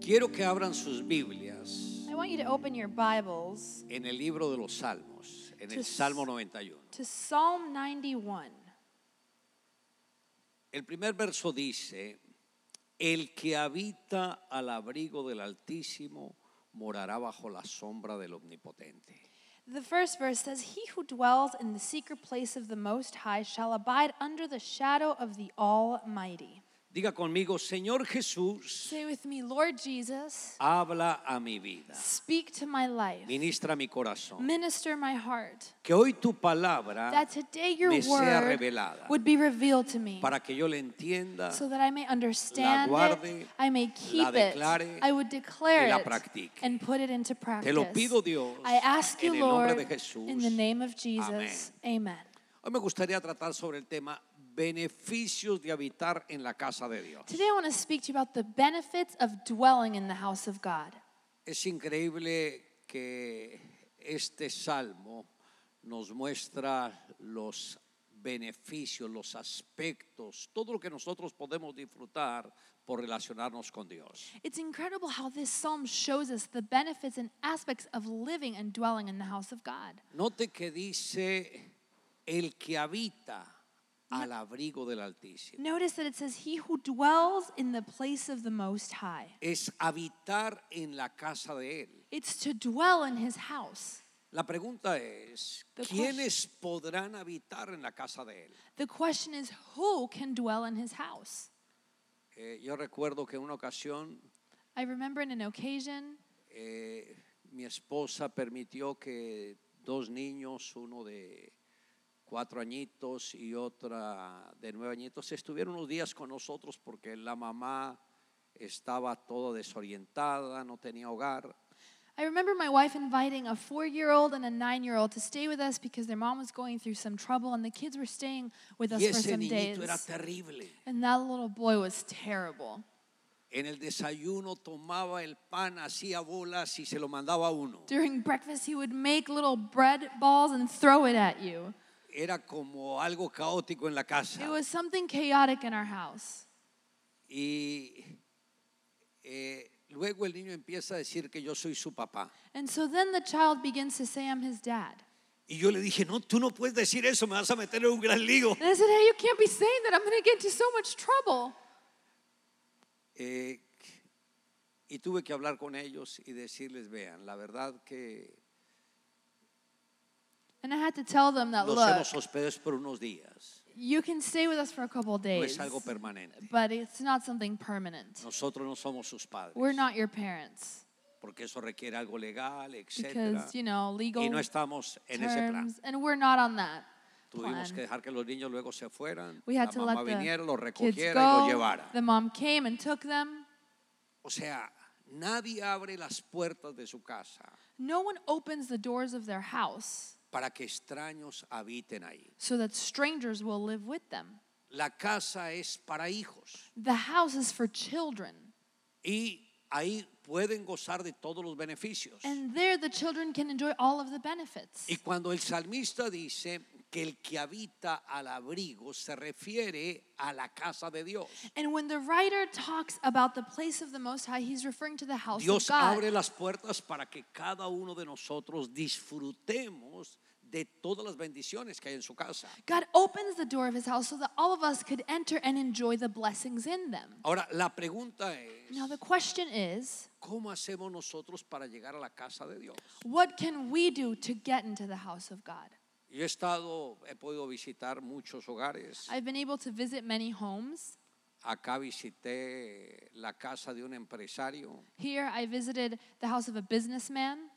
Quiero que abran sus Biblias I want you to open your Bibles en el libro de los Salmos, en el Tus- Salmo 91. to Psalm 91. El primer verso dice, el que habita al abrigo del Altísimo morará bajo la sombra del Omnipotente. The first verse says, He who dwells in the secret place of the Most High shall abide under the shadow of the Almighty. Diga conmigo, Señor Jesús, Say with me, Lord Jesus, habla a mi vida, speak to my life, ministra mi corazón, minister my heart, que hoy tu palabra that today your Ah. me sea word revelada. would be revealed to me. para que yo la entienda so that I may understand guarde, it, I may keep it, declare I would declare y la it, practique. and put it into practice. lo pido, Dios, I ask you, en el nombre Lord, de Jesús. in the name of Jesus, amen. Hoy me gustaría tratar sobre el tema beneficios de habitar en la casa de Dios. Today I want to speak to you about the benefits of dwelling in the house of God. Es increíble que este salmo nos muestra los beneficios, los aspectos, todo lo que nosotros podemos disfrutar por relacionarnos con Dios. It's incredible how this psalm shows us the benefits and aspects of living and dwelling in the house of God. Note que dice el que habita al abrigo del Altísimo. Notice that it says, He who dwells in the place of the Most High. Es habitar en la casa de Él. It's to dwell in His house. La pregunta es, The question- ¿quiénes podrán habitar en la casa de él? The question is, who can dwell in his house? Eh, yo recuerdo que en una ocasión I remember in an occasion, eh, mi esposa permitió que dos niños, uno de cuatro añitos y otra de nueve añitos, estuvieron unos días con nosotros porque la mamá estaba toda desorientada, no tenía hogar. I remember my wife inviting a four year old and a nine year old to stay with us because their mom was going through some trouble and the kids were staying with us Y for ese some days. niñito era terrible. And that little boy was terrible. En el desayuno tomaba el pan, hacía bolas y se lo mandaba a uno. During breakfast, he would make little bread balls and throw it at you. era como algo caótico en la casa. It was something chaotic in our house. Y eh, luego el niño empieza a decir que yo soy su papá. And so then the child begins to say, I'm his dad. Y yo le dije, no, tú no puedes decir eso, me vas a meter en un gran lío. And I said, Hey, you can't be saying that. I'm going to get into so much trouble. Eh, y tuve que hablar con ellos y decirles, vean, la verdad que And I had to tell them that, nos look, hemos hospedado por unos días, you can stay with us for a couple no days, es algo permanente. but it's not something permanent. Nosotros no somos sus padres, We're not your parents porque eso requiere algo legal, etcétera. because, you know, legal Y no estamos en ese plan. terms, and we're not on that Tuvimos que plan. dejar que los niños luego se fueran, We la had to mamá let viniera, los the kids recogiera y los go. llevara. The mom came and took them. O sea, nadie abre las puertas de su casa No one opens the doors of their house para que extraños habiten ahí. so that strangers will live with them. La casa es para hijos The house is for children, y ahí pueden gozar de todos los beneficios. and there the children can enjoy all of the benefits. Y cuando el salmista dice que el que habita al abrigo se refiere a la casa de Dios. And when the writer talks about the place of the Most High, he's referring to the house Dios of Oh, God. abre las puertas para que cada uno de nosotros disfrutemos de todas las bendiciones que hay en su casa. God opens the door of his house so that all of us could enter and enjoy the blessings in them. Ahora, la pregunta es, Now, the question is ¿cómo hacemos nosotros para llegar a la casa de Dios? what can we do to get into the house of God? Yo he estado, he podido visitar muchos hogares. I've been able to visit many homes. Acá visité la casa de un empresario. Here, I visited the house of a businessman.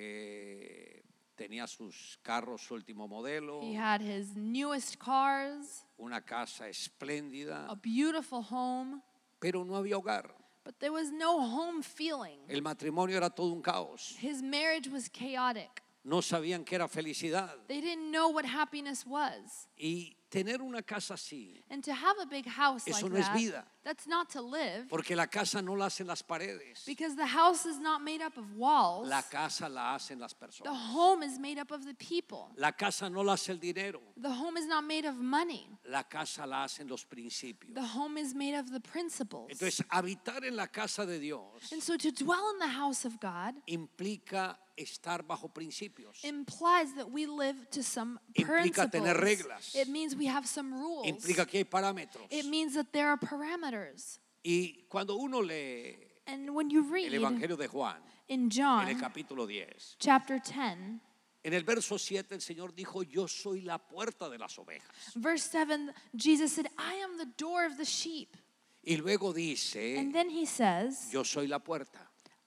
eh, tenía sus carros su último modelo, He had his newest cars, una casa espléndida, a beautiful home, pero no había hogar. but there was no home feeling. El matrimonio era todo un caos. His marriage was chaotic. No sabían qué era felicidad. They didn't know what happiness was. Y tener una casa así, And to have a big house Eso like no es that, vida. that's not to live porque la casa no la hacen las paredes, because the house is not made up of walls. la casa la hacen las The personas. home is made up of the people. La casa no la hace el dinero, The home is not made of money. la casa la hacen los principios. The home is made of the principles. Entonces, habitar en la casa de Dios and so to dwell in the house of God implica estar bajo principios, implies that we live to some Implica principles. tener reglas. It means we have some rules. implica que hay parámetros. it means that there are parameters. Y cuando uno lee And when you el read Evangelio de Juan, in en el John capítulo 10, chapter 10, en el verso 7 el Señor dijo, yo soy la puerta de las ovejas. verse 7, Jesus said, I am the door of the sheep. Y luego And dice, then he says, Eh, yo soy la puerta.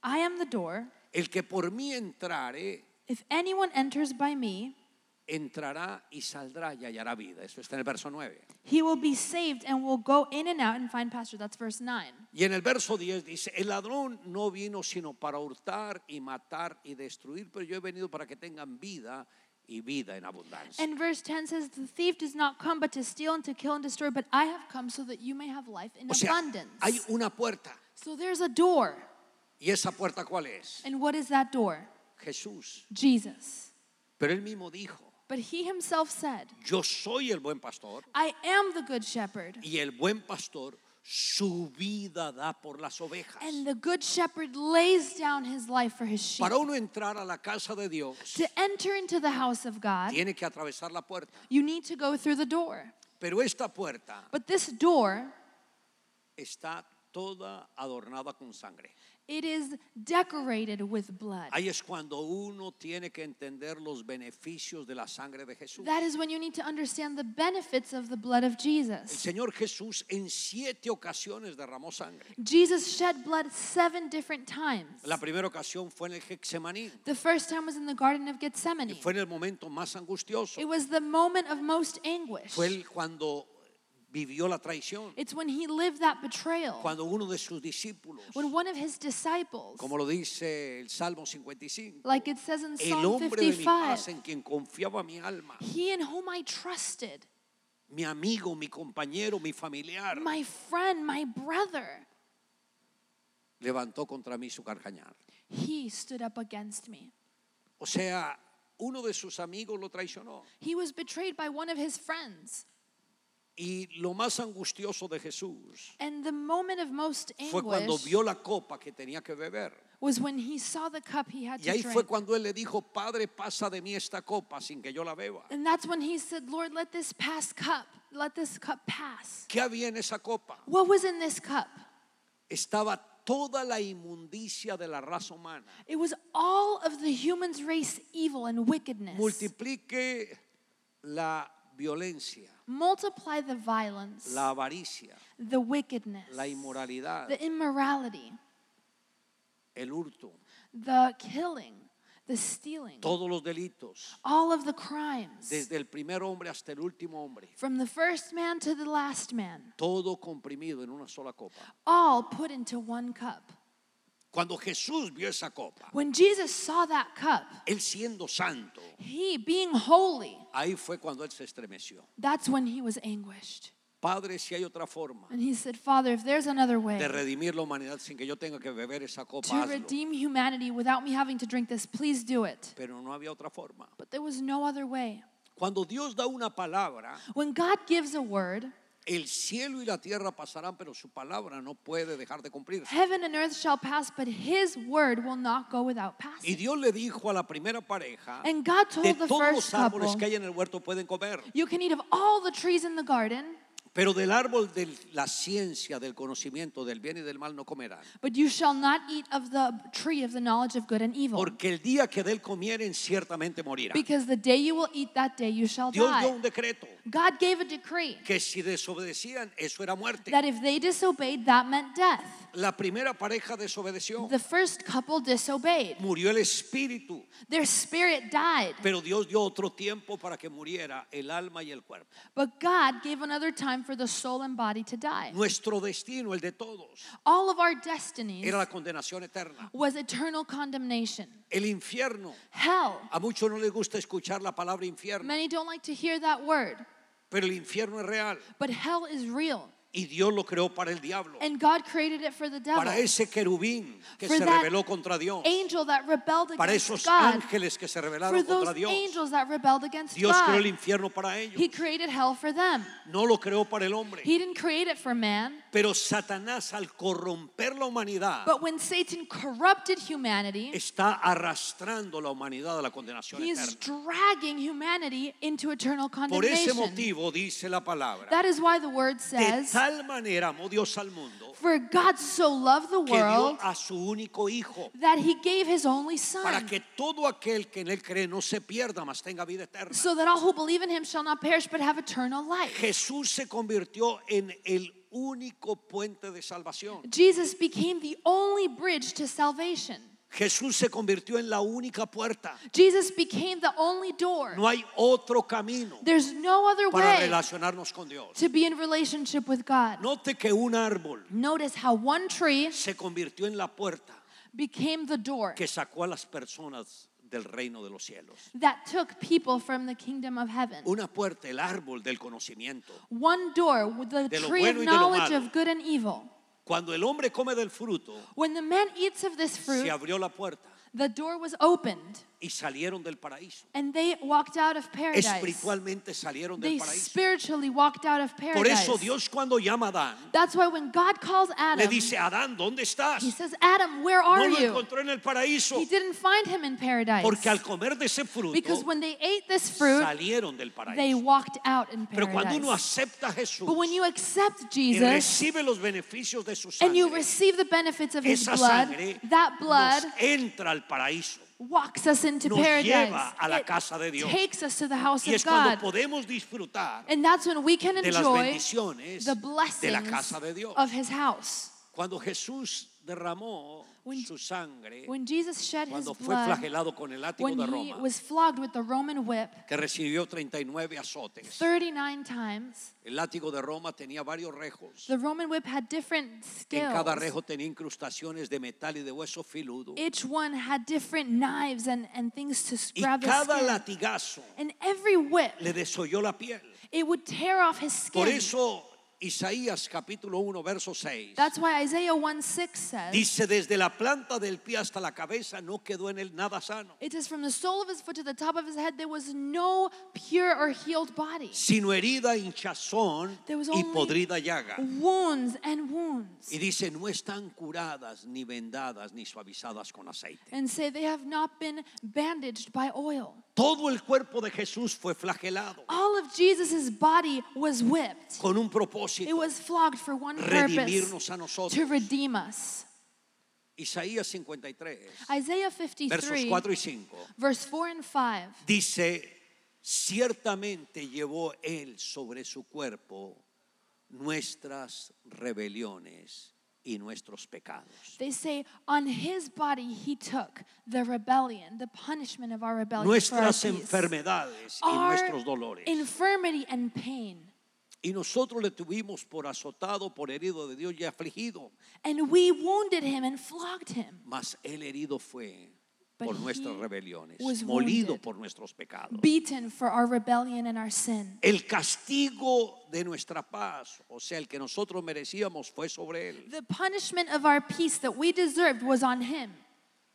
I am the door. El que por mí entrare, If anyone enters by me, entrará y saldrá y hallará vida. Eso está en el verso 9. he will be saved and will go in and out and find pasture. That's verse 9. Y en el verso 10 dice, el ladrón no vino sino para hurtar y matar y destruir, pero yo he venido para que tengan vida y vida en abundancia. And verse 10 says, The thief does not come but to steal and to kill and destroy, but I have come so that you may have life in o sea, abundance. hay una puerta. So there's a door. ¿Y esa puerta cuál es? And what is that door? Jesús. Jesus. Pero él mismo dijo, But he himself said, yo soy el buen pastor I am the good shepherd. y el buen pastor su vida da por las ovejas. And the good shepherd lays down his life for his sheep. Para uno entrar a la casa de Dios, To enter into the house of God, tiene que atravesar la puerta. you need to go through the door. Pero esta puerta But this door, está toda adornada con sangre. it is decorated with blood. Ahí es cuando uno tiene que entender los beneficios de la sangre de Jesús. That is when you need to understand the benefits of the blood of El Jesus. Señor Jesús en siete ocasiones derramó sangre. Jesus shed blood seven different times. La primera ocasión fue en el Getsemaní. The first time was in the Garden of Gethsemane. y Fue en el momento más angustioso. It was the moment of most anguish. Fue el cuando vivió la traición. It's when he lived that betrayal. Cuando uno de sus discípulos, When one of his disciples, como lo dice el Salmo 55, like it says in el Psalm hombre de mi paz 55, en quien confiaba mi alma, he in whom I trusted, mi amigo, mi compañero, mi familiar, my friend, my brother, levantó contra mí su carcañal. he stood up against me. O sea, uno de sus amigos lo traicionó. He was betrayed by one of his friends. Y lo más angustioso de Jesús And the moment of most fue cuando anguish vio la copa que tenía que beber. was when he saw the cup he had Y to ahí fue drink. cuando él le dijo, Padre, pasa de mí esta copa sin que yo la beba. And that's when he said, Lord, let this pass cup, let this cup pass. ¿Qué había en esa copa? What was in this cup? Estaba toda la inmundicia de la raza humana. It was all of the human's race evil and wickedness. Multiplique la violencia, Multiply the violence, la avaricia, the wickedness, la inmoralidad, the immorality, el hurto, the killing, the stealing, todos los delitos, all of the crimes, desde el primer hombre hasta el último hombre. from the first man to the last man, Todo comprimido en una sola copa. all put into one cup. Cuando Jesús vio esa copa, When Jesus saw that cup, él siendo santo, he, being holy, ahí fue cuando él se estremeció. that's when he was anguished. Padre, si hay otra forma And he said, Father, if there's another way de redimir la humanidad sin que yo tenga que beber esa copa, to hazlo. redeem humanity without me having to drink this, please do it. Pero no había otra forma. But there was no other way. Cuando Dios da una palabra, When God gives a word, el cielo y la tierra pasarán, pero su palabra no puede dejar de cumplirse. heaven and earth shall pass, but his word will not go without Y passing. Dios le dijo a la primera pareja, And God told de the todos los first árboles couple, que hay en el huerto pueden comer, You can eat of all the trees in the garden, pero del árbol de la ciencia, del conocimiento, del bien y del mal no comerán. but you shall not eat of the tree of the knowledge of good and evil. Porque el día que de él comieren, ciertamente morirán. Because the day you will eat, that day you shall Dios dio die. un decreto God gave a decree que si desobedecían, eso era muerte. that if they disobeyed, that meant death. La primera pareja desobedeció, The first couple disobeyed. murió el espíritu, Their spirit died. pero Dios dio otro tiempo para que muriera el alma y el cuerpo. But God gave another time for the soul and body to die. Nuestro destino, el de todos, All of our destinies era la condenación eterna. was eternal condemnation, El infierno. hell. A muchos no les gusta escuchar la palabra infierno, Many don't like to hear that word, Pero el infierno es real But hell is real. y Dios lo creó para el diablo, And God created it for the devil. para ese querubín que For se that rebeló contra Dios, angel that rebelled para against esos God. ángeles que se For rebelaron contra those Dios. angels that rebelled against Dios creó el God. infierno para ellos, He created hell for them. no lo creó para el hombre. He didn't create it for man. Pero Satanás al corromper la humanidad But when Satan corrupted humanity, está arrastrando la humanidad a la condenación he is eterna. dragging humanity into eternal Por ese condemnation. motivo dice la palabra, That is why the word de says, tal manera amó Dios al mundo For God so loved the que dio world a su único hijo that he gave his only para son, que todo aquel que en él cree no se pierda, mas tenga vida eterna. so that all who believe in him shall not perish but have eternal life. Jesús se convirtió en el único puente de salvación. Jesus became the only bridge to salvation. Jesús se convirtió en la única puerta. Jesus became the only door. No hay otro camino There's no other para way relacionarnos con Dios. to be in relationship with God. Note que un árbol Notice how one tree se convirtió en la puerta became the door que sacó a las personas del reino de los cielos. that took people from the kingdom of heaven. Una puerta, el árbol del conocimiento. One door, with the De lo tree bueno y of de lo knowledge malo. of good and evil. Cuando el hombre come del fruto, When the man eats of this se fruit, abrió la puerta the door was opened y salieron del paraíso. and they walked out of paradise. Espiritualmente salieron del They paraíso. spiritually walked out of Por paradise. eso Dios cuando llama a Adán, That's why when God calls le Adam, dice, Adán, ¿dónde estás? he says, Adam, where No are lo you? encontró en el paraíso He didn't find him in paradise. porque al comer de ese Because fruto when they ate this fruit, salieron del they paraíso. walked out in Pero cuando uno paradise. acepta a Jesús But when you accept y Jesus recibe los beneficios de su and you sangre, receive the benefits of his esa blood, sangre that blood nos entra al paraíso walks us into nos paradise. lleva a la It casa de Dios. takes us to the house y of es cuando God. podemos disfrutar And that's when we can de las enjoy bendiciones the de la blessings casa de Dios. of his house. Cuando Jesús derramó When- su sangre, When Jesus shed his cuando fue blood, flagelado con el látigo when de he Roma, was flogged with the Roman whip que recibió 39 azotes. 39 times, El látigo de Roma tenía varios rejos. the Roman whip had different En cada scales. rejo tenía incrustaciones de metal y de hueso filudo. Each one had different knives and, and things to s- Y grab his cada skin. latigazo and every whip, le desolló la piel. it would tear off his skin. Por eso Isaías capítulo 1 verso 6 That's why Isaiah 1 6 says, dice desde la planta del pie hasta la cabeza no quedó en él nada sano, It says, From the sole of his foot to the top of his head, there was no pure or healed body. sino herida, hinchazón There was y only podrida llaga. Wounds and wounds. Y dice, no están curadas, ni vendadas, ni suavizadas con aceite. And say, They have not been bandaged by oil. Todo el cuerpo de Jesús fue flagelado All of Jesus' body was whipped, con un it propósito, was flogged for one purpose redimirnos a to nosotros. redeem us. Isaías 53, Isaiah versos 53, 4 y 5, verse 4 and 5. dice, ciertamente llevó él sobre su cuerpo nuestras rebeliones y nuestros pecados. They say, on his body he took the rebellion, the punishment of our rebellion. for our Nuestras peace. enfermedades y Our nuestros dolores. Infirmity and pain. Y nosotros le tuvimos por azotado, por herido de Dios y afligido. And we wounded him and flogged him Mas él herido fue But por he nuestras rebeliones, was molido wounded. por nuestros pecados. beaten for our rebellion and our sin. El castigo de nuestra paz, o sea, el que nosotros merecíamos, fue sobre él. The punishment of our peace that we deserved was on him,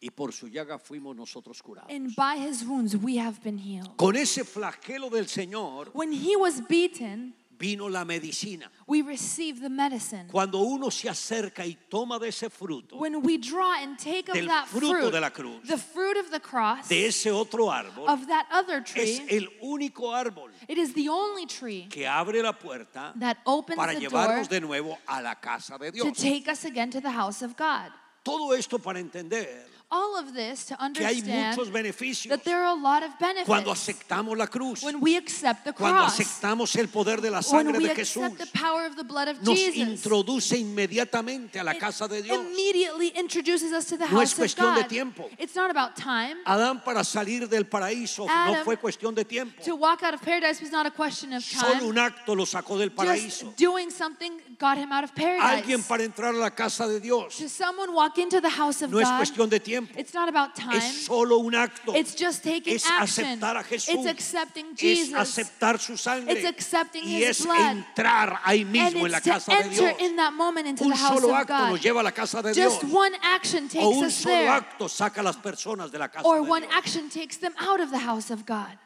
Y por su llaga fuimos nosotros curados. and by his wounds we have been healed. Con ese flagelo del Señor When he was beaten, vino la medicina. we received the medicine. Cuando uno se acerca y toma de ese fruto, When we draw and take of Del that fruto fruit, de la cruz. the fruit of the cross, de ese otro árbol, of that other es tree, el único árbol it is the only tree que abre la puerta that opens para the door llevarnos de nuevo a la casa de to Dios. take us again to the house of God. Todo esto para entender All of this to que hay understand muchos beneficios that there are a lot of benefits. cuando aceptamos la cruz, When we accept the cuando cross, aceptamos el poder de la when sangre we de Jesús, accept the power of the blood of nos Jesus, introduce inmediatamente a la it casa de Dios. immediately introduces us to the No es house of cuestión de God. tiempo. It's not about time. Adán para salir del paraíso no Adam fue cuestión de tiempo. To walk out of paradise was not a question of Ah, Solo time. un acto lo sacó del paraíso. Just doing something got him out of Alguien paradise. para entrar a la casa de Dios To someone walk into the house of no es God cuestión de tiempo. It's not about time. Es solo un acto. It's just taking es action. aceptar a Jesús. It's accepting Es Jesus. aceptar su sangre. It's accepting y his es blood. entrar ahí And mismo en la it's to casa de enter Dios. in that moment into Un the house solo of acto God. nos lleva a la casa de Just Dios. one action O takes un us solo there, acto saca a las personas de la casa or de one Dios. action takes them out of the house of God.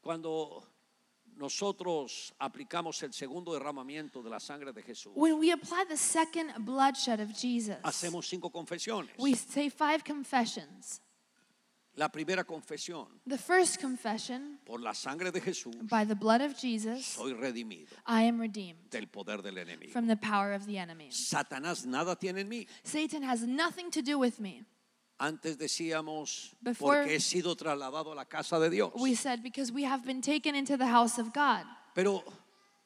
Cuando nosotros aplicamos el segundo derramamiento de la sangre de Jesús, When we apply the second bloodshed of Jesus, hacemos cinco confesiones. we say five confessions. La primera confesión, The first confession, por la sangre de Jesús, by the blood of Jesus, soy redimido I am redeemed del poder del enemigo. from the power of the enemy. Satanás nada tiene en mí. Satan has nothing to do with me. Antes decíamos, Before- porque he sido trasladado a la casa de Dios. We said because we have been taken into the house of God. Pero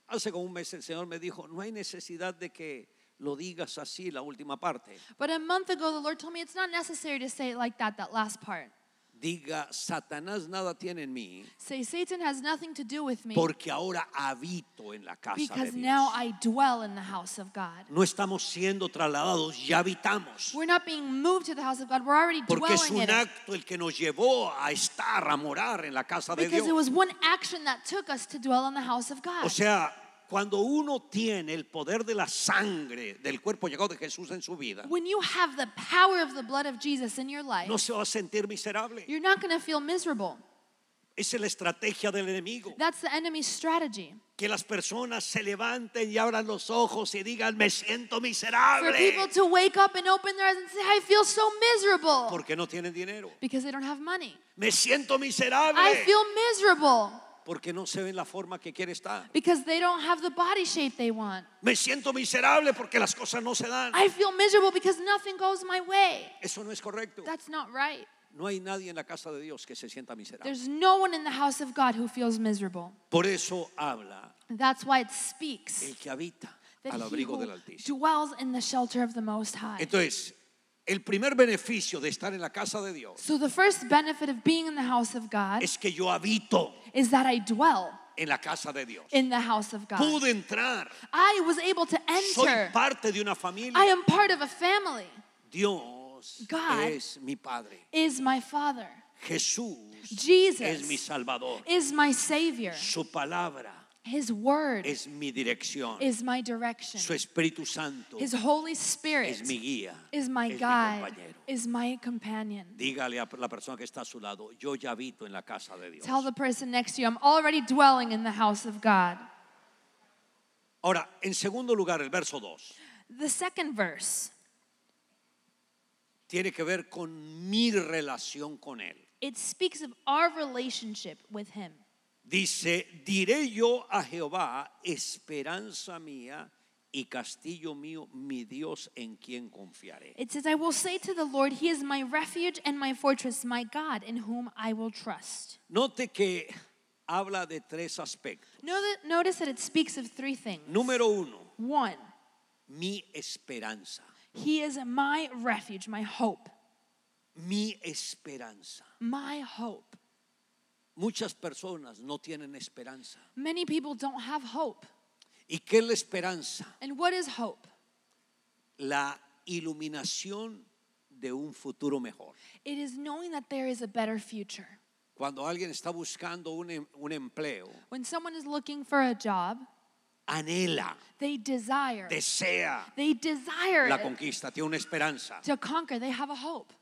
hace como un mes el Señor me dijo, no hay necesidad de que lo digas así la última parte. But a month ago, the Lord told me it's not necessary to say it like that, that last part. Diga, Satanás nada tiene en mí, Say, Satan has nothing to do with me porque ahora habito en la casa de because Dios. now I dwell in the house of God. No estamos siendo trasladados, ya habitamos. We're not being moved to the house of God, we're already Porque es dwelling un in it. acto el que nos llevó a estar, a morar en la casa de Because it Dios. was one action that took us to dwell in the house of God. O sea, cuando uno tiene el poder de la sangre del cuerpo llegado de Jesús en su vida, when you have the power of the blood of Jesus in your life, no se va a sentir miserable. you're not going to feel miserable. Esa es la estrategia del enemigo. That's the enemy's strategy. Que las personas se levanten y abran los ojos y digan, me siento For people miserable. to wake up and open their eyes and say, I feel so miserable Porque no tienen dinero. because they don't have money. Me siento I miserable. feel miserable Porque no se ven la forma que quiere estar. because they don't have the body shape they want. Me siento miserable porque las cosas no se dan. I feel miserable because nothing goes my way. Eso no es correcto. That's not right. No hay nadie en la casa de Dios que se sienta miserable. There's no one in the house of God who feels miserable. Por eso habla That's why it speaks el que habita that al he abrigo who del Altísimo. dwells in the shelter of the Most High. Entonces, el primer beneficio de estar en la casa de Dios So the first benefit of being in the house of God es que yo habito is that I dwell en la casa de Dios. in the house of God. Pude entrar. I was able to Soy enter. parte de una familia. I am part of a family. Dios God es mi Padre. Is my Father. Jesús es mi Jesus Salvador. is my Savior. Su palabra His word es mi dirección. is my direction. Su Espíritu Santo His Holy Spirit es mi guía. is my es mi guide, compañero. is my companion. Dígale a la persona que está a su lado, yo ya habito en la casa de Dios. Tell the person next to you, I'm already dwelling in the house of God. Ahora, en segundo lugar, el verso 2 The second verse, tiene que ver con mi relación con Él. it speaks of our relationship with Him. Dice, diré yo a Jehová, esperanza mía y castillo mío, mi Dios en quien confiaré. It says, I will say to the Lord, He is my refuge and my fortress, my God in whom I will trust. Note que habla de tres aspectos. Know that- Notice that it speaks of three things. Número uno, One, mi esperanza. He is my refuge, my hope, Mi esperanza. my hope. Muchas personas no tienen esperanza. Many people don't have hope. ¿Y qué es la esperanza? And what is hope? la iluminación de un futuro mejor. It is knowing that there is a better future. Cuando alguien está buscando un, em- un empleo, When someone is looking for a job, anhela, they desire, desea they desire la it conquista, tiene una esperanza. to conquer, they have a hope.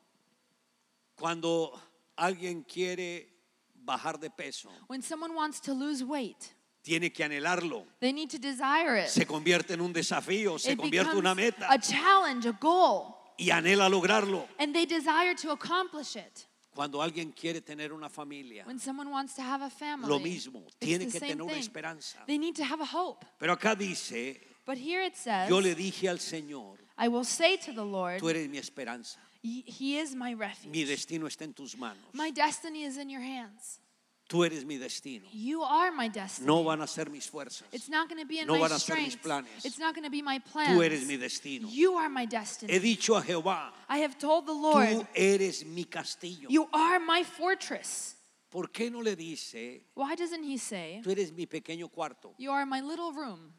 Cuando alguien quiere bajar de peso, When someone wants to lose weight, tiene que anhelarlo. they need to desire it. Se convierte en un desafío, se it convierte en una becomes meta a challenge, a goal, y anhela lograrlo. and they desire to accomplish it. Cuando alguien quiere tener una familia, When someone wants to have a family, lo mismo, it's tiene the que same tener una thing. esperanza. They need to have a hope. Pero acá dice, But here it says, yo le dije al Señor, I will say to the Lord, tú eres mi esperanza. "He- He is my refuge. Mi destino está en tus manos. My destiny is in your hands. Tú eres mi destino. You are my destiny. No van a ser mis fuerzas. It's not going to be in No my van a ser mis strength. planes. It's not going to be my plans. Tú eres mi destino. You are my destiny. He dicho a Jehová, I have told the tú Lord, eres mi castillo. you are my fortress. ¿Por qué no le dice, Why doesn't he say, tú eres mi pequeño cuarto? you are my little room?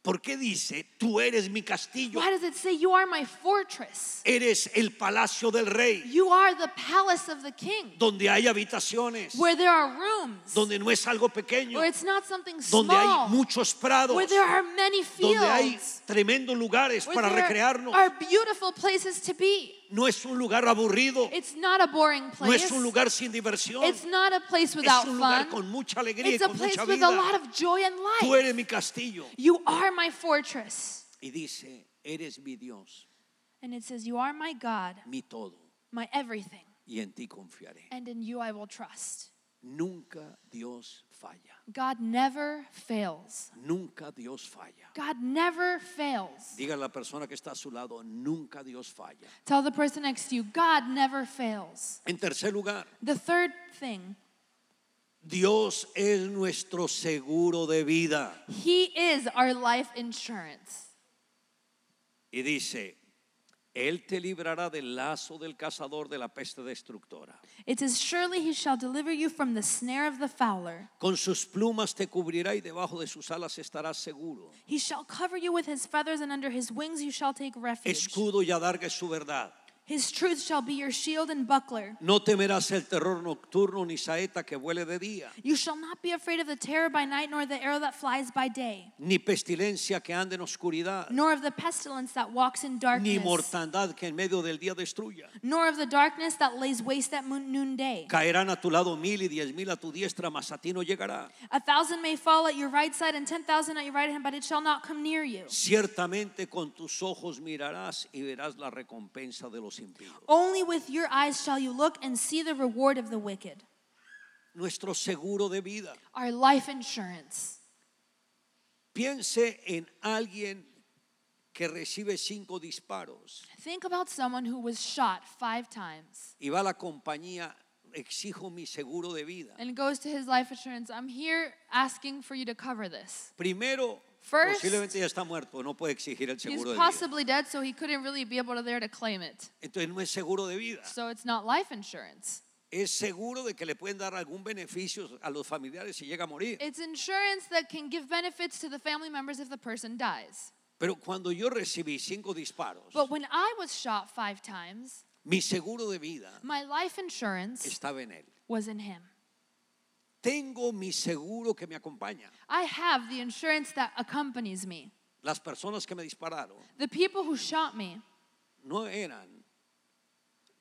¿Por qué dice, tú eres mi castillo? Why does it say, You are my fortress? Eres el palacio del rey, You are the palace of the king, donde hay habitaciones, where there are rooms, donde no es algo pequeño, where it's not something donde hay small, muchos prados, where there are many donde hay fields, tremendos lugares where para there recrearnos. are beautiful places to be. No es un lugar aburrido, It's not a boring no es place. un lugar sin diversión, It's not a place es without un lugar fun. con mucha alegría y It's a con place mucha with a lot vida. of joy and Tú life. eres mi castillo. You are my fortress. Y dice, eres mi Dios, And it says, You are my God, mi todo, my everything, y en ti confiaré. and in you I will trust. Nunca Dios falla, God never fails. nunca Dios falla. God never fails. Diga a la persona que está a su lado, nunca Dios falla. Tell the person next to you, God never fails. En tercer lugar, The third thing, Dios es nuestro seguro de vida. He is our life insurance. Y dice, Él te librará del lazo del cazador de la peste destructora. It says, Surely He shall deliver you from the snare of the fowler. Con sus plumas te cubrirá y debajo de sus alas estarás seguro. He shall cover you with His feathers, and under His wings you shall take refuge. Escudo y adarga es su verdad. His truth shall be your shield and buckler. No temerás el terror nocturno ni saeta que vuele de día, You shall not be afraid of the terror by night, nor the arrow that flies by day, ni pestilencia que ande en oscuridad, nor of the pestilence that walks in ni darkness, mortandad que en medio del día destruya. nor of the darkness that lays waste at moon- noonday. Caerán a tu lado mil y diez mil a tu diestra, mas a ti no llegará. A thousand may fall at your right side and ten thousand at your right hand, but it shall not come near you. Ciertamente con tus ojos mirarás y verás la recompensa de los impíos. Only with your eyes shall you look and see the reward of the wicked. Nuestro seguro de vida. Our life insurance. Piense en alguien que recibe cinco disparos Think about someone who was shot five times y va a la compañía, exijo mi seguro de vida. and goes to his life insurance. I'm here asking for you to cover this. Primero, First, posiblemente ya está muerto, no puede exigir el He's seguro de vida. possibly dead, so he couldn't really be able to there to claim it. Entonces no es seguro de vida. So it's not life insurance. Es seguro de que le pueden dar algún beneficio a los familiares si llega a morir. It's insurance that can give benefits to the family members if the person dies. Pero cuando yo recibí cinco disparos, But when I was shot five times, mi seguro de vida my life insurance estaba en él. was in him. Tengo mi seguro que me acompaña. I have the insurance that accompanies me. Las personas que me dispararon The people who shot me, no eran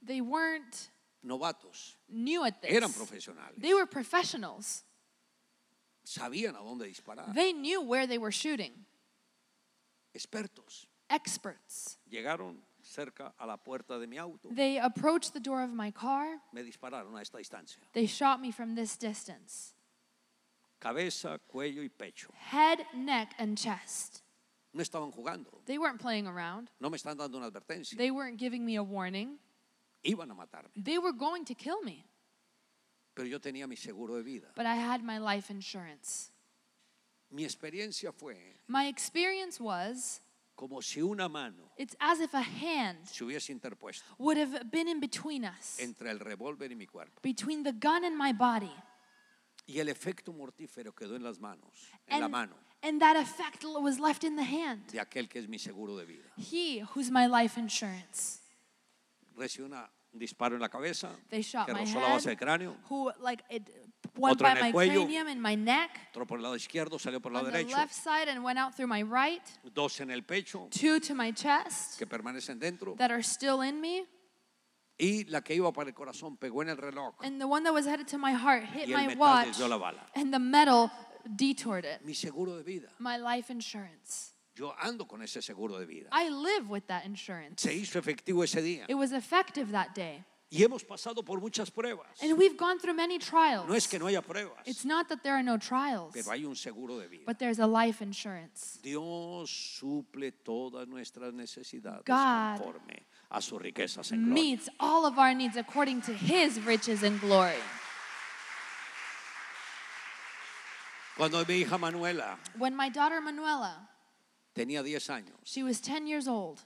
they weren't novatos, new at this. eran profesionales. They were professionals. Sabían a dónde disparar. They knew where they were shooting. Expertos. Experts. Llegaron cerca a la puerta de mi auto. They approached the door of my car. Me dispararon a esta distancia. They shot me from this distance. Cabeza, cuello y pecho. head, neck, and chest. No estaban jugando. They weren't playing around. No me están dando una advertencia. They weren't giving me a warning. Iban a matarme. They were going to kill me, Pero yo tenía mi seguro de vida. but I had my life insurance. Mi experiencia fue My experience was como si una mano it's as if a hand se hubiese interpuesto would have been in between us, entre el revólver y mi cuerpo. between the gun and my body. Y el efecto mortífero quedó en las manos, en la And, mano and that effect l- was left in the hand. de aquel que es mi seguro de vida. He who's my life insurance. Recibió una- un disparo en la cabeza, They shot que my rozó la base del head, cráneo, who like it went Otro by en el my cuello. cranium and my neck, otro por el lado izquierdo, salió por el on lado the derecho, left side and went out through my right. dos en el pecho two to my chest que permanecen dentro that are still in me, y la que iba para el corazón pegó en el reloj and the one that was headed to my heart hit y el my metal watch, desvió la bala. and the metal detoured it. Mi seguro de vida, My life insurance. yo ando con ese seguro de vida. I live with that insurance. Se hizo efectivo ese día It was effective that day. y hemos pasado por muchas pruebas. And we've gone through many No es trials. que no haya pruebas, It's not that there are no trials, pero hay un seguro de vida. but there's a life insurance. Dios suple todas nuestras necesidades God conforme a sus riquezas en gloria. Meets all of our needs according to his riches and glory. Cuando mi hija Manuela When my daughter Manuela, tenía 10 años, she was 10 years old,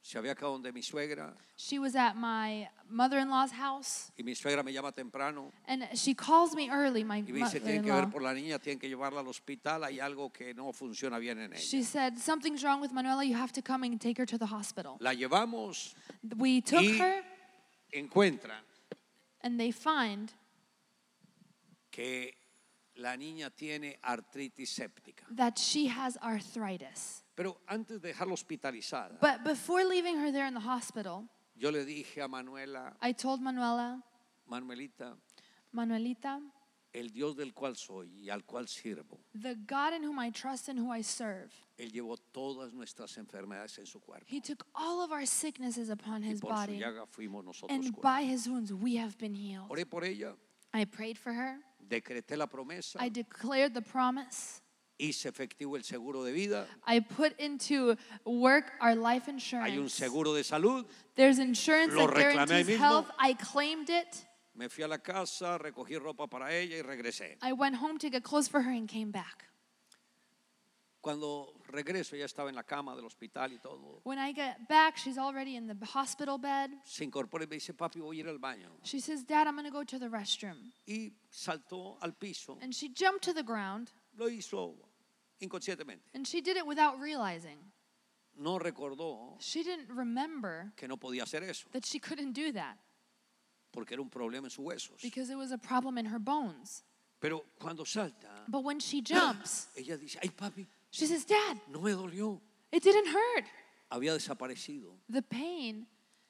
Se había quedado donde mi suegra She was at my mother in law's house, y mi suegra me llama temprano and she calls me early, my y me dice, tienen que mother-in-law. ver por la niña, tienen que llevarla al hospital, hay algo que no funciona bien en ella. She said, Something's wrong with Manuela. You have to come and take her to the hospital. La llevamos, We took Y- her, encuentran and they find que la niña tiene artritis séptica. that she has arthritis. Pero antes de dejarla hospitalizada, But before leaving her there in the hospital, yo le dije a Manuela, I told Manuela, Manuelita, Manuelita, el Dios del cual soy y al cual sirvo, the God in whom I trust and who I serve, Él llevó todas nuestras enfermedades en su cuerpo. he took all of our sicknesses upon Y his por su body, llaga fuimos nosotros and curados. by his wounds we have been healed. Oré por ella, I prayed for her. decreté la promesa, I declared the promise. hice efectivo el seguro de vida. I put into work our life Hay un insurance. seguro de salud. There's insurance Lo that reclamé ahí guarantees mismo. health. I claimed it. Me fui a la casa, recogí ropa para ella y regresé. I went home to get clothes for her and came back. Cuando regreso ya estaba en la cama del hospital y todo. When I get back, she's already in the hospital bed. Se incorpora y me dice, papi, voy a ir al baño. She says, Dad, I'm going to go to the restroom. Y saltó al piso. And she jumped to the ground, Lo hizo inconscientemente. and she did it without realizing. No recordó She didn't remember que no podía hacer eso that she couldn't do that porque era un problema en sus huesos. because it was a problem in her bones. Pero cuando salta, But when she jumps, ella dice, ay papi, she says, Dad, no me dolió. it didn't hurt. Había desaparecido The pain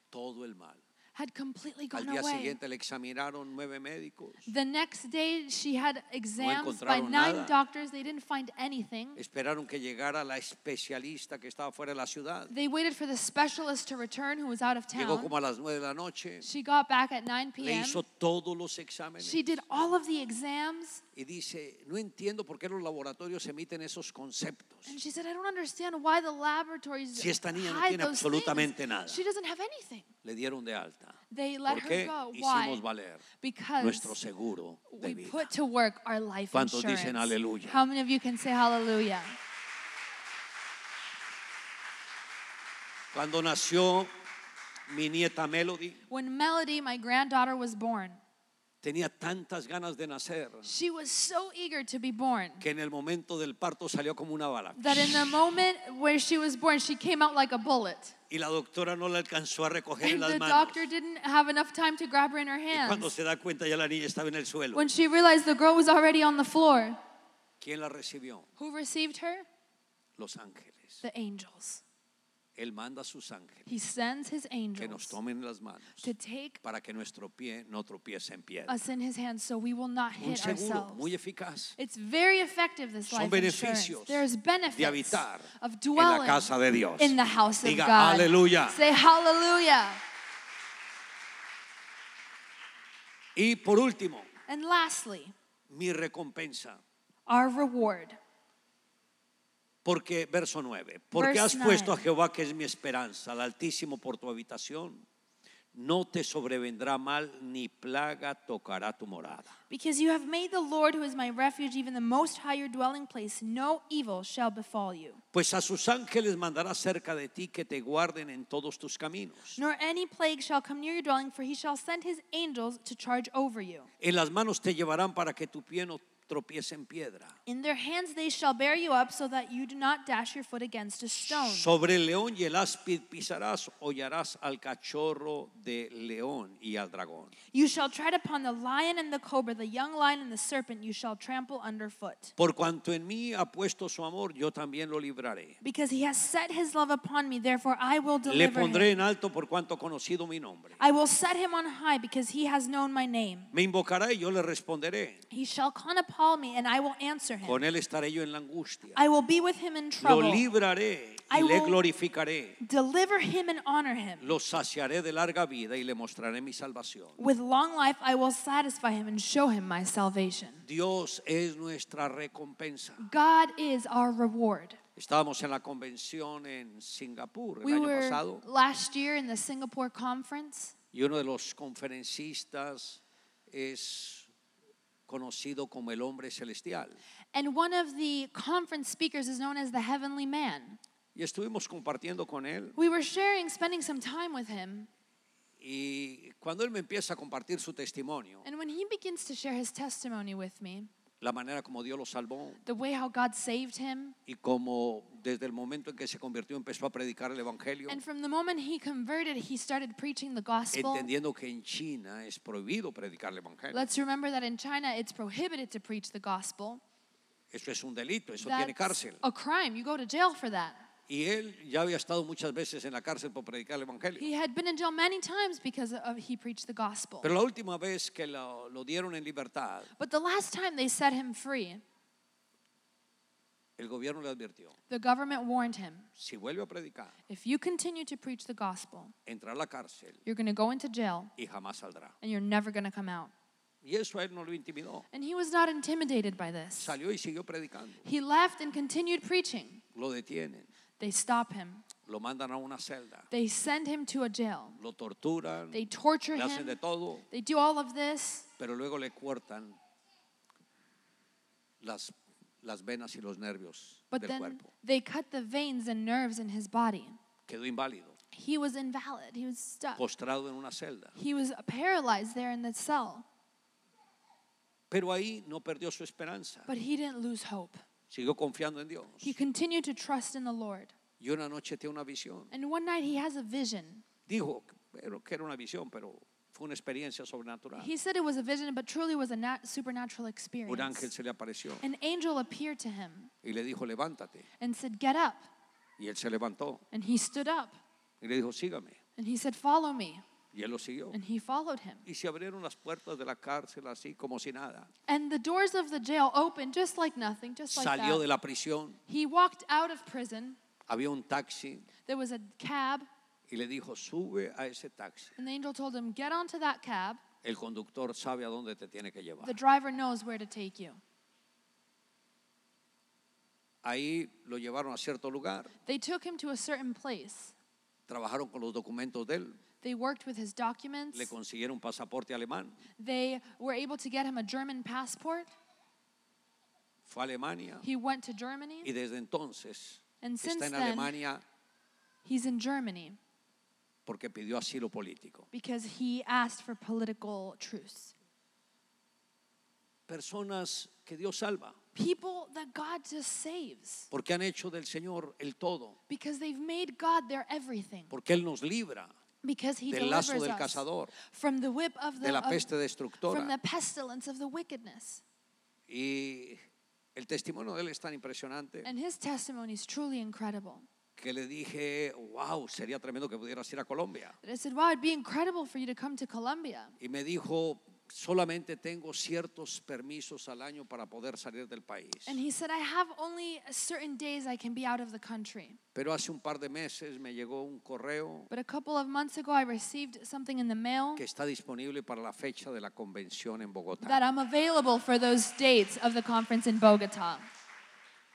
todo el mal. had completely Al gone día away. siguiente le examinaron nueve médicos. The next day, she had exams by encontraron nine nada. doctors. They didn't find anything. Esperaron que llegara la especialista que estaba fuera de la ciudad. They waited for the specialist to return who was out of Llegó town. como a las nueve de la noche, She got back at 9 le p.m. hizo todos los exámenes She did all of the exams. y dice, no entiendo por qué los laboratorios emiten esos conceptos. And she said, I don't understand why the laboratories Si esta niña no hide tiene those absolutamente things. nada." She doesn't have anything. Le dieron de alta. They let her Porque go. hicimos Why? valer Because nuestro seguro de we vida. put to work our life ¿Cuántos insurance. dicen aleluya? How many of you can say hallelujah? Cuando nació mi nieta Melody, When Melody, my granddaughter, was born, tenía tantas ganas de nacer she was so eager to be born que en el momento del parto salió como una bala. that in the moment where she was born, she came out like a bullet. Y la doctora no la alcanzó a recoger en And las the manos. doctor didn't have enough time to grab her in her Y cuando hands. se da cuenta ya la niña estaba en el suelo. When she realized the girl was already on the floor, ¿Quién la recibió? who received her? Los ángeles. The angels. Él manda a sus ángeles He sends his que nos angels tomen las manos to take para que nuestro pie no tropiece en piedra. us in his hands so we will not Un hit seguro muy ourselves. eficaz It's very effective, this Son life insurance. beneficios There's de benefits habitar of en la dwelling casa de Dios. in the house of Diga God. aleluya. Say hallelujah. Y por último, And lastly, mi recompensa. our reward. Porque, verso 9, porque Verse has puesto a 9. Jehová, que es mi esperanza, al Altísimo por tu habitación, no te sobrevendrá mal ni plaga tocará tu morada. Because you have made the Lord, who is my refuge, even the Most High, your dwelling place, no evil shall befall you, Pues a sus ángeles mandará cerca de ti que te guarden en todos tus caminos. nor any plague shall come near your dwelling, for he shall send his angels to charge over you. En las manos te llevarán para que tu pie no tropiece en piedra. In their hands they shall bear you up, so that you do not dash your foot against a stone. Sobre el león y el áspid pisarás, hollarás al cachorro de león y al dragón. You shall tread upon the lion and the cobra, the young lion and the serpent you shall trample underfoot. Por cuanto en mí ha puesto su amor, yo también lo libraré. Because he has set his love upon me, therefore I will Le deliver pondré him. en alto por cuanto ha conocido mi nombre. I will set him on high, because he has known my name. Me invocará y yo le responderé. He shall call upon me, and I will answer Con him. él estaré yo en la angustia. I will be with him in Lo trouble. libraré y I le will- glorificaré. Deliver him and honor him. Lo saciaré de larga vida y le mostraré mi salvación. With long life I will satisfy him and show him my salvation. Dios es nuestra recompensa. God is our reward. Estábamos en la convención en Singapur el We año were pasado last year in the Singapore conference, y uno de los conferencistas es conocido como el hombre celestial. and one of the conference speakers is known as the heavenly man. y estuvimos compartiendo con él. We were sharing, spending some time with him. Y cuando él me empieza a compartir su testimonio, And when he begins to share his testimony with me, la manera como Dios lo salvó the way how God saved him, y como desde el momento en que se convirtió empezó a predicar el Evangelio, and from the moment he converted, he started preaching the gospel. entendiendo que en China es prohibido predicar el Evangelio. Let's remember that in China, it's prohibited to preach the gospel. Eso es un delito, eso tiene That's cárcel. a crime. You go to jail for that. Y él ya había estado muchas veces en la cárcel por predicar el Evangelio. He had been in jail many times because of he preached the gospel. Pero la última vez que lo, lo dieron en libertad, But the last time they set him free, el gobierno le advirtió, the government warned him, si vuelve a predicar, if you continue to preach the gospel, entrará a la cárcel you're going to go into jail y jamás saldrá. and you're never going to come out. Y eso a él no lo intimidó. And he was not intimidated by this. Salió y siguió predicando. He left and continued preaching. Lo detienen, They stop him. lo mandan a una celda, They send him to a jail. lo torturan, They torture le hacen de him. todo, They do all of this, pero luego le cortan las, las venas y los nervios but del then cuerpo. they cut the veins and nerves in his body. Quedó inválido, He was invalid. He was stuck. postrado en una celda. He was paralyzed there in the cell, Pero ahí no perdió su esperanza, but he didn't lose hope. siguió confiando en Dios. He continued to trust in the Lord. Y una noche tiene una visión. And one night he has a vision. Dijo pero que era una visión, pero fue una experiencia sobrenatural. He said it was a vision, but truly was a nat- supernatural Un ángel experience. se le apareció An angel appeared to him y le dijo, levántate. and said, Get up. Y él se levantó And he stood up y le dijo, sígame. and he said, Follow me. Y él lo siguió. And he followed him. Y se abrieron las puertas de la cárcel así como si nada. And the doors of the jail opened just like nothing, just like Salió de that. la prisión, He walked out of prison. había un taxi There was a cab, y le dijo, sube a ese taxi. and the angel told him, Get onto that cab. El conductor sabe a dónde te tiene que llevar. The driver knows where to take you. Ahí lo llevaron a cierto lugar, They took him to a certain place. trabajaron con los documentos de él, They worked with his documents. le consiguieron un pasaporte alemán, They were able to get him a German passport. fue a Alemania He went to y Germany, desde entonces and since está en then, Alemania he's in Germany porque pidió asilo político. because he asked for political truce. Personas que Dios salva People that God just saves porque han hecho del Señor el todo, because they've made God their everything. porque Él nos libra Because he del lazo delivers del us cazador, from the whip of the, de la of- peste from the destructora. pestilence of the wickedness. Y el testimonio de Él es tan impresionante. And his testimony is truly incredible. que le dije, wow, sería tremendo que pudieras ir a Colombia. But I said, wow, it'd be incredible for you to come to Colombia. Y me dijo, solamente tengo ciertos permisos al año para poder salir del país. And he said, I have only certain days I can be out of the country. Pero hace un par de meses me llegó un correo But a couple of months ago, I received something in the mail que está disponible para la fecha de la convención en that Bogotá. I'm available for those dates of the conference in Bogota.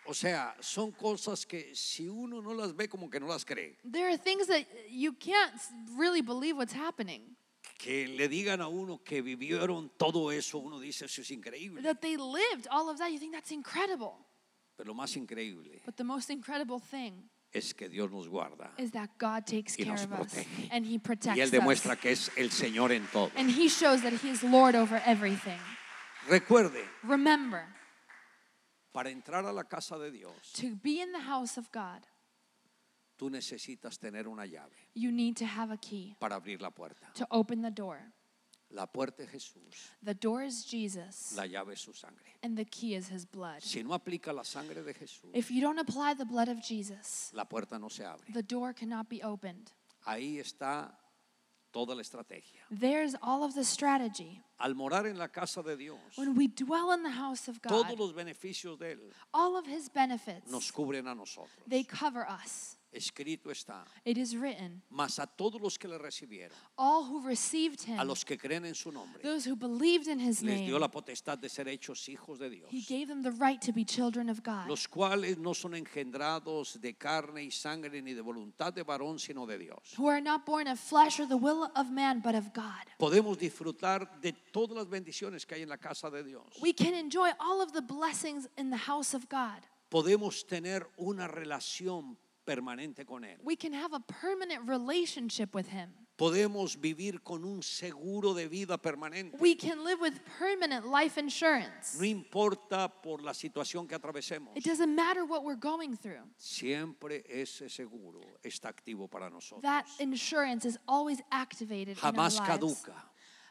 O sea, son cosas que si uno no las ve como que no las cree. There are things that you can't s- really believe what's happening. Que le digan a uno que vivieron todo eso, uno dice, eso es increíble. That they lived all of that, you think that's incredible. Pero lo más increíble But the most incredible thing es que Dios nos guarda. is that God takes Y care nos of us protege. and He protects Y Él demuestra us. que es el Señor en todo. And He shows that He is Lord over everything. Recuerde, Remember, Para entrar a la casa de Dios, to be in the house of God, tú necesitas tener una llave you need to have a key para abrir la puerta. to open the door. La puerta es Jesús, The door is Jesus, la llave es su sangre. and the key is His blood. Si no aplica la sangre de Jesús, If you don't apply the blood of Jesus, la puerta no se abre. the door cannot be opened. Ahí está toda la estrategia. There's all of the strategy. Al morar en la casa de Dios, When we dwell in the house of todos God, los beneficios de Él all of His nos benefits, cubren a nosotros. they cover us. Escrito está, It is written, mas a todos los que le recibieron, all who received Him, a los que creen en su nombre, those who believed in his les dio name, la potestad de ser hechos hijos de Dios. he gave them the right to be children of God, los cuales no son engendrados de carne y sangre ni de voluntad de varón, sino de Dios. who are not born of flesh or the will of man, but of God. Podemos disfrutar de todas las bendiciones que hay en la casa de Dios. We can enjoy all of the blessings in the house of God. Podemos tener una relación permanente con Él. We can have a permanent relationship with Him. Podemos vivir con un seguro de vida permanente. We can live with permanent life insurance. No importa por la situación que atravesemos, It doesn't matter what we're going through, siempre ese seguro está activo para nosotros. that insurance is always activated. Jamás in our lives. caduca.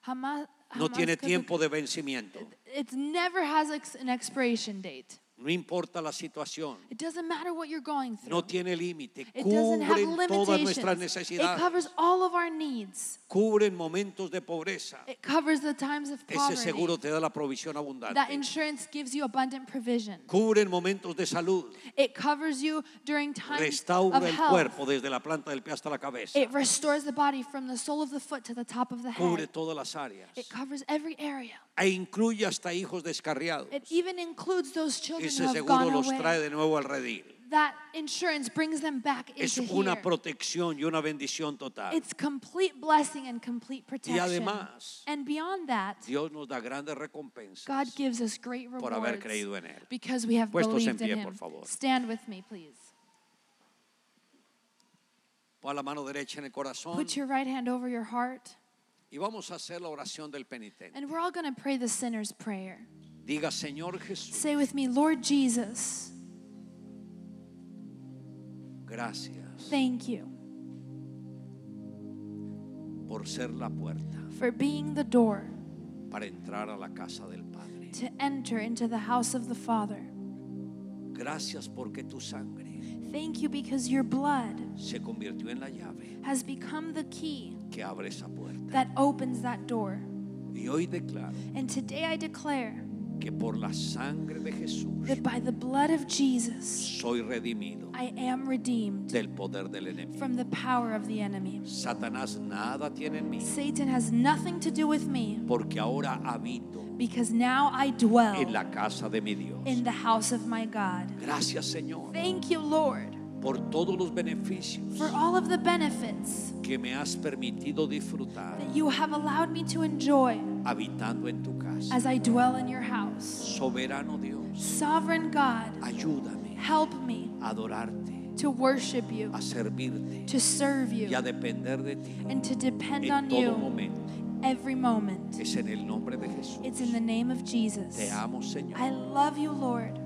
Jama- No jamás tiene caduca. tiempo de vencimiento. It never has ex- an expiration date. No importa la situación. It doesn't matter what you're going through. No tiene límite. it doesn't have Cubre todas nuestras limitations. It necesidades. covers all of our needs. Cubre en momentos de pobreza. It covers the times of Ese poverty. seguro te da la provisión that abundante. insurance gives you abundant provision. Cubre en momentos de salud. It covers you during times of Restaura el health. cuerpo desde la planta del pie hasta la cabeza. It restores the body from the sole of the foot to the top of the Cubre head. todas las áreas. It covers every area. E incluye hasta hijos descarriados. It even includes those children who Ese have gone seguro los trae away. de nuevo al redil. That insurance brings them back Es into una here. protección y una bendición total. It's complete blessing and complete protection. además, and beyond that, Dios nos da grandes recompensas God gives us great por rewards haber creído en Él. because we have Puestos en believed pie, in por Him. favor. Stand with me, please. Pon la mano derecha en el corazón Put your right hand over your heart, y vamos a hacer la oración del penitente. and we're all going to pray the sinner's prayer. Diga, Señor Jesús, Say with me, Lord Jesus, gracias thank you por ser la puerta for being the door para entrar a la casa del Padre. to enter into the house of the Father. Gracias porque tu sangre Thank you because your blood se convirtió en la llave has become the key que abre esa puerta. that opens that door. Y hoy declaro And today I declare que por la sangre de Jesús that by the blood of Jesus, soy redimido I am redeemed del poder del enemigo. from the power of the enemy. Satanás nada tiene en mí Satan has nothing to do with me porque ahora habito because now I dwell en la casa de mi Dios. in the house of my God. Gracias Señor Thank you, Lord, por todos los beneficios for all of the benefits que me has permitido disfrutar that you have allowed me to enjoy habitando en tu casa. as I dwell in your house. Soberano Dios, Sovereign God, ayúdame help me a adorarte, to worship you, a servirte to serve y you, a depender de ti and to depend en on todo you momento. every moment. Es en el nombre de Jesús. It's in the name of Jesus. Te amo Señor. I love you, Lord.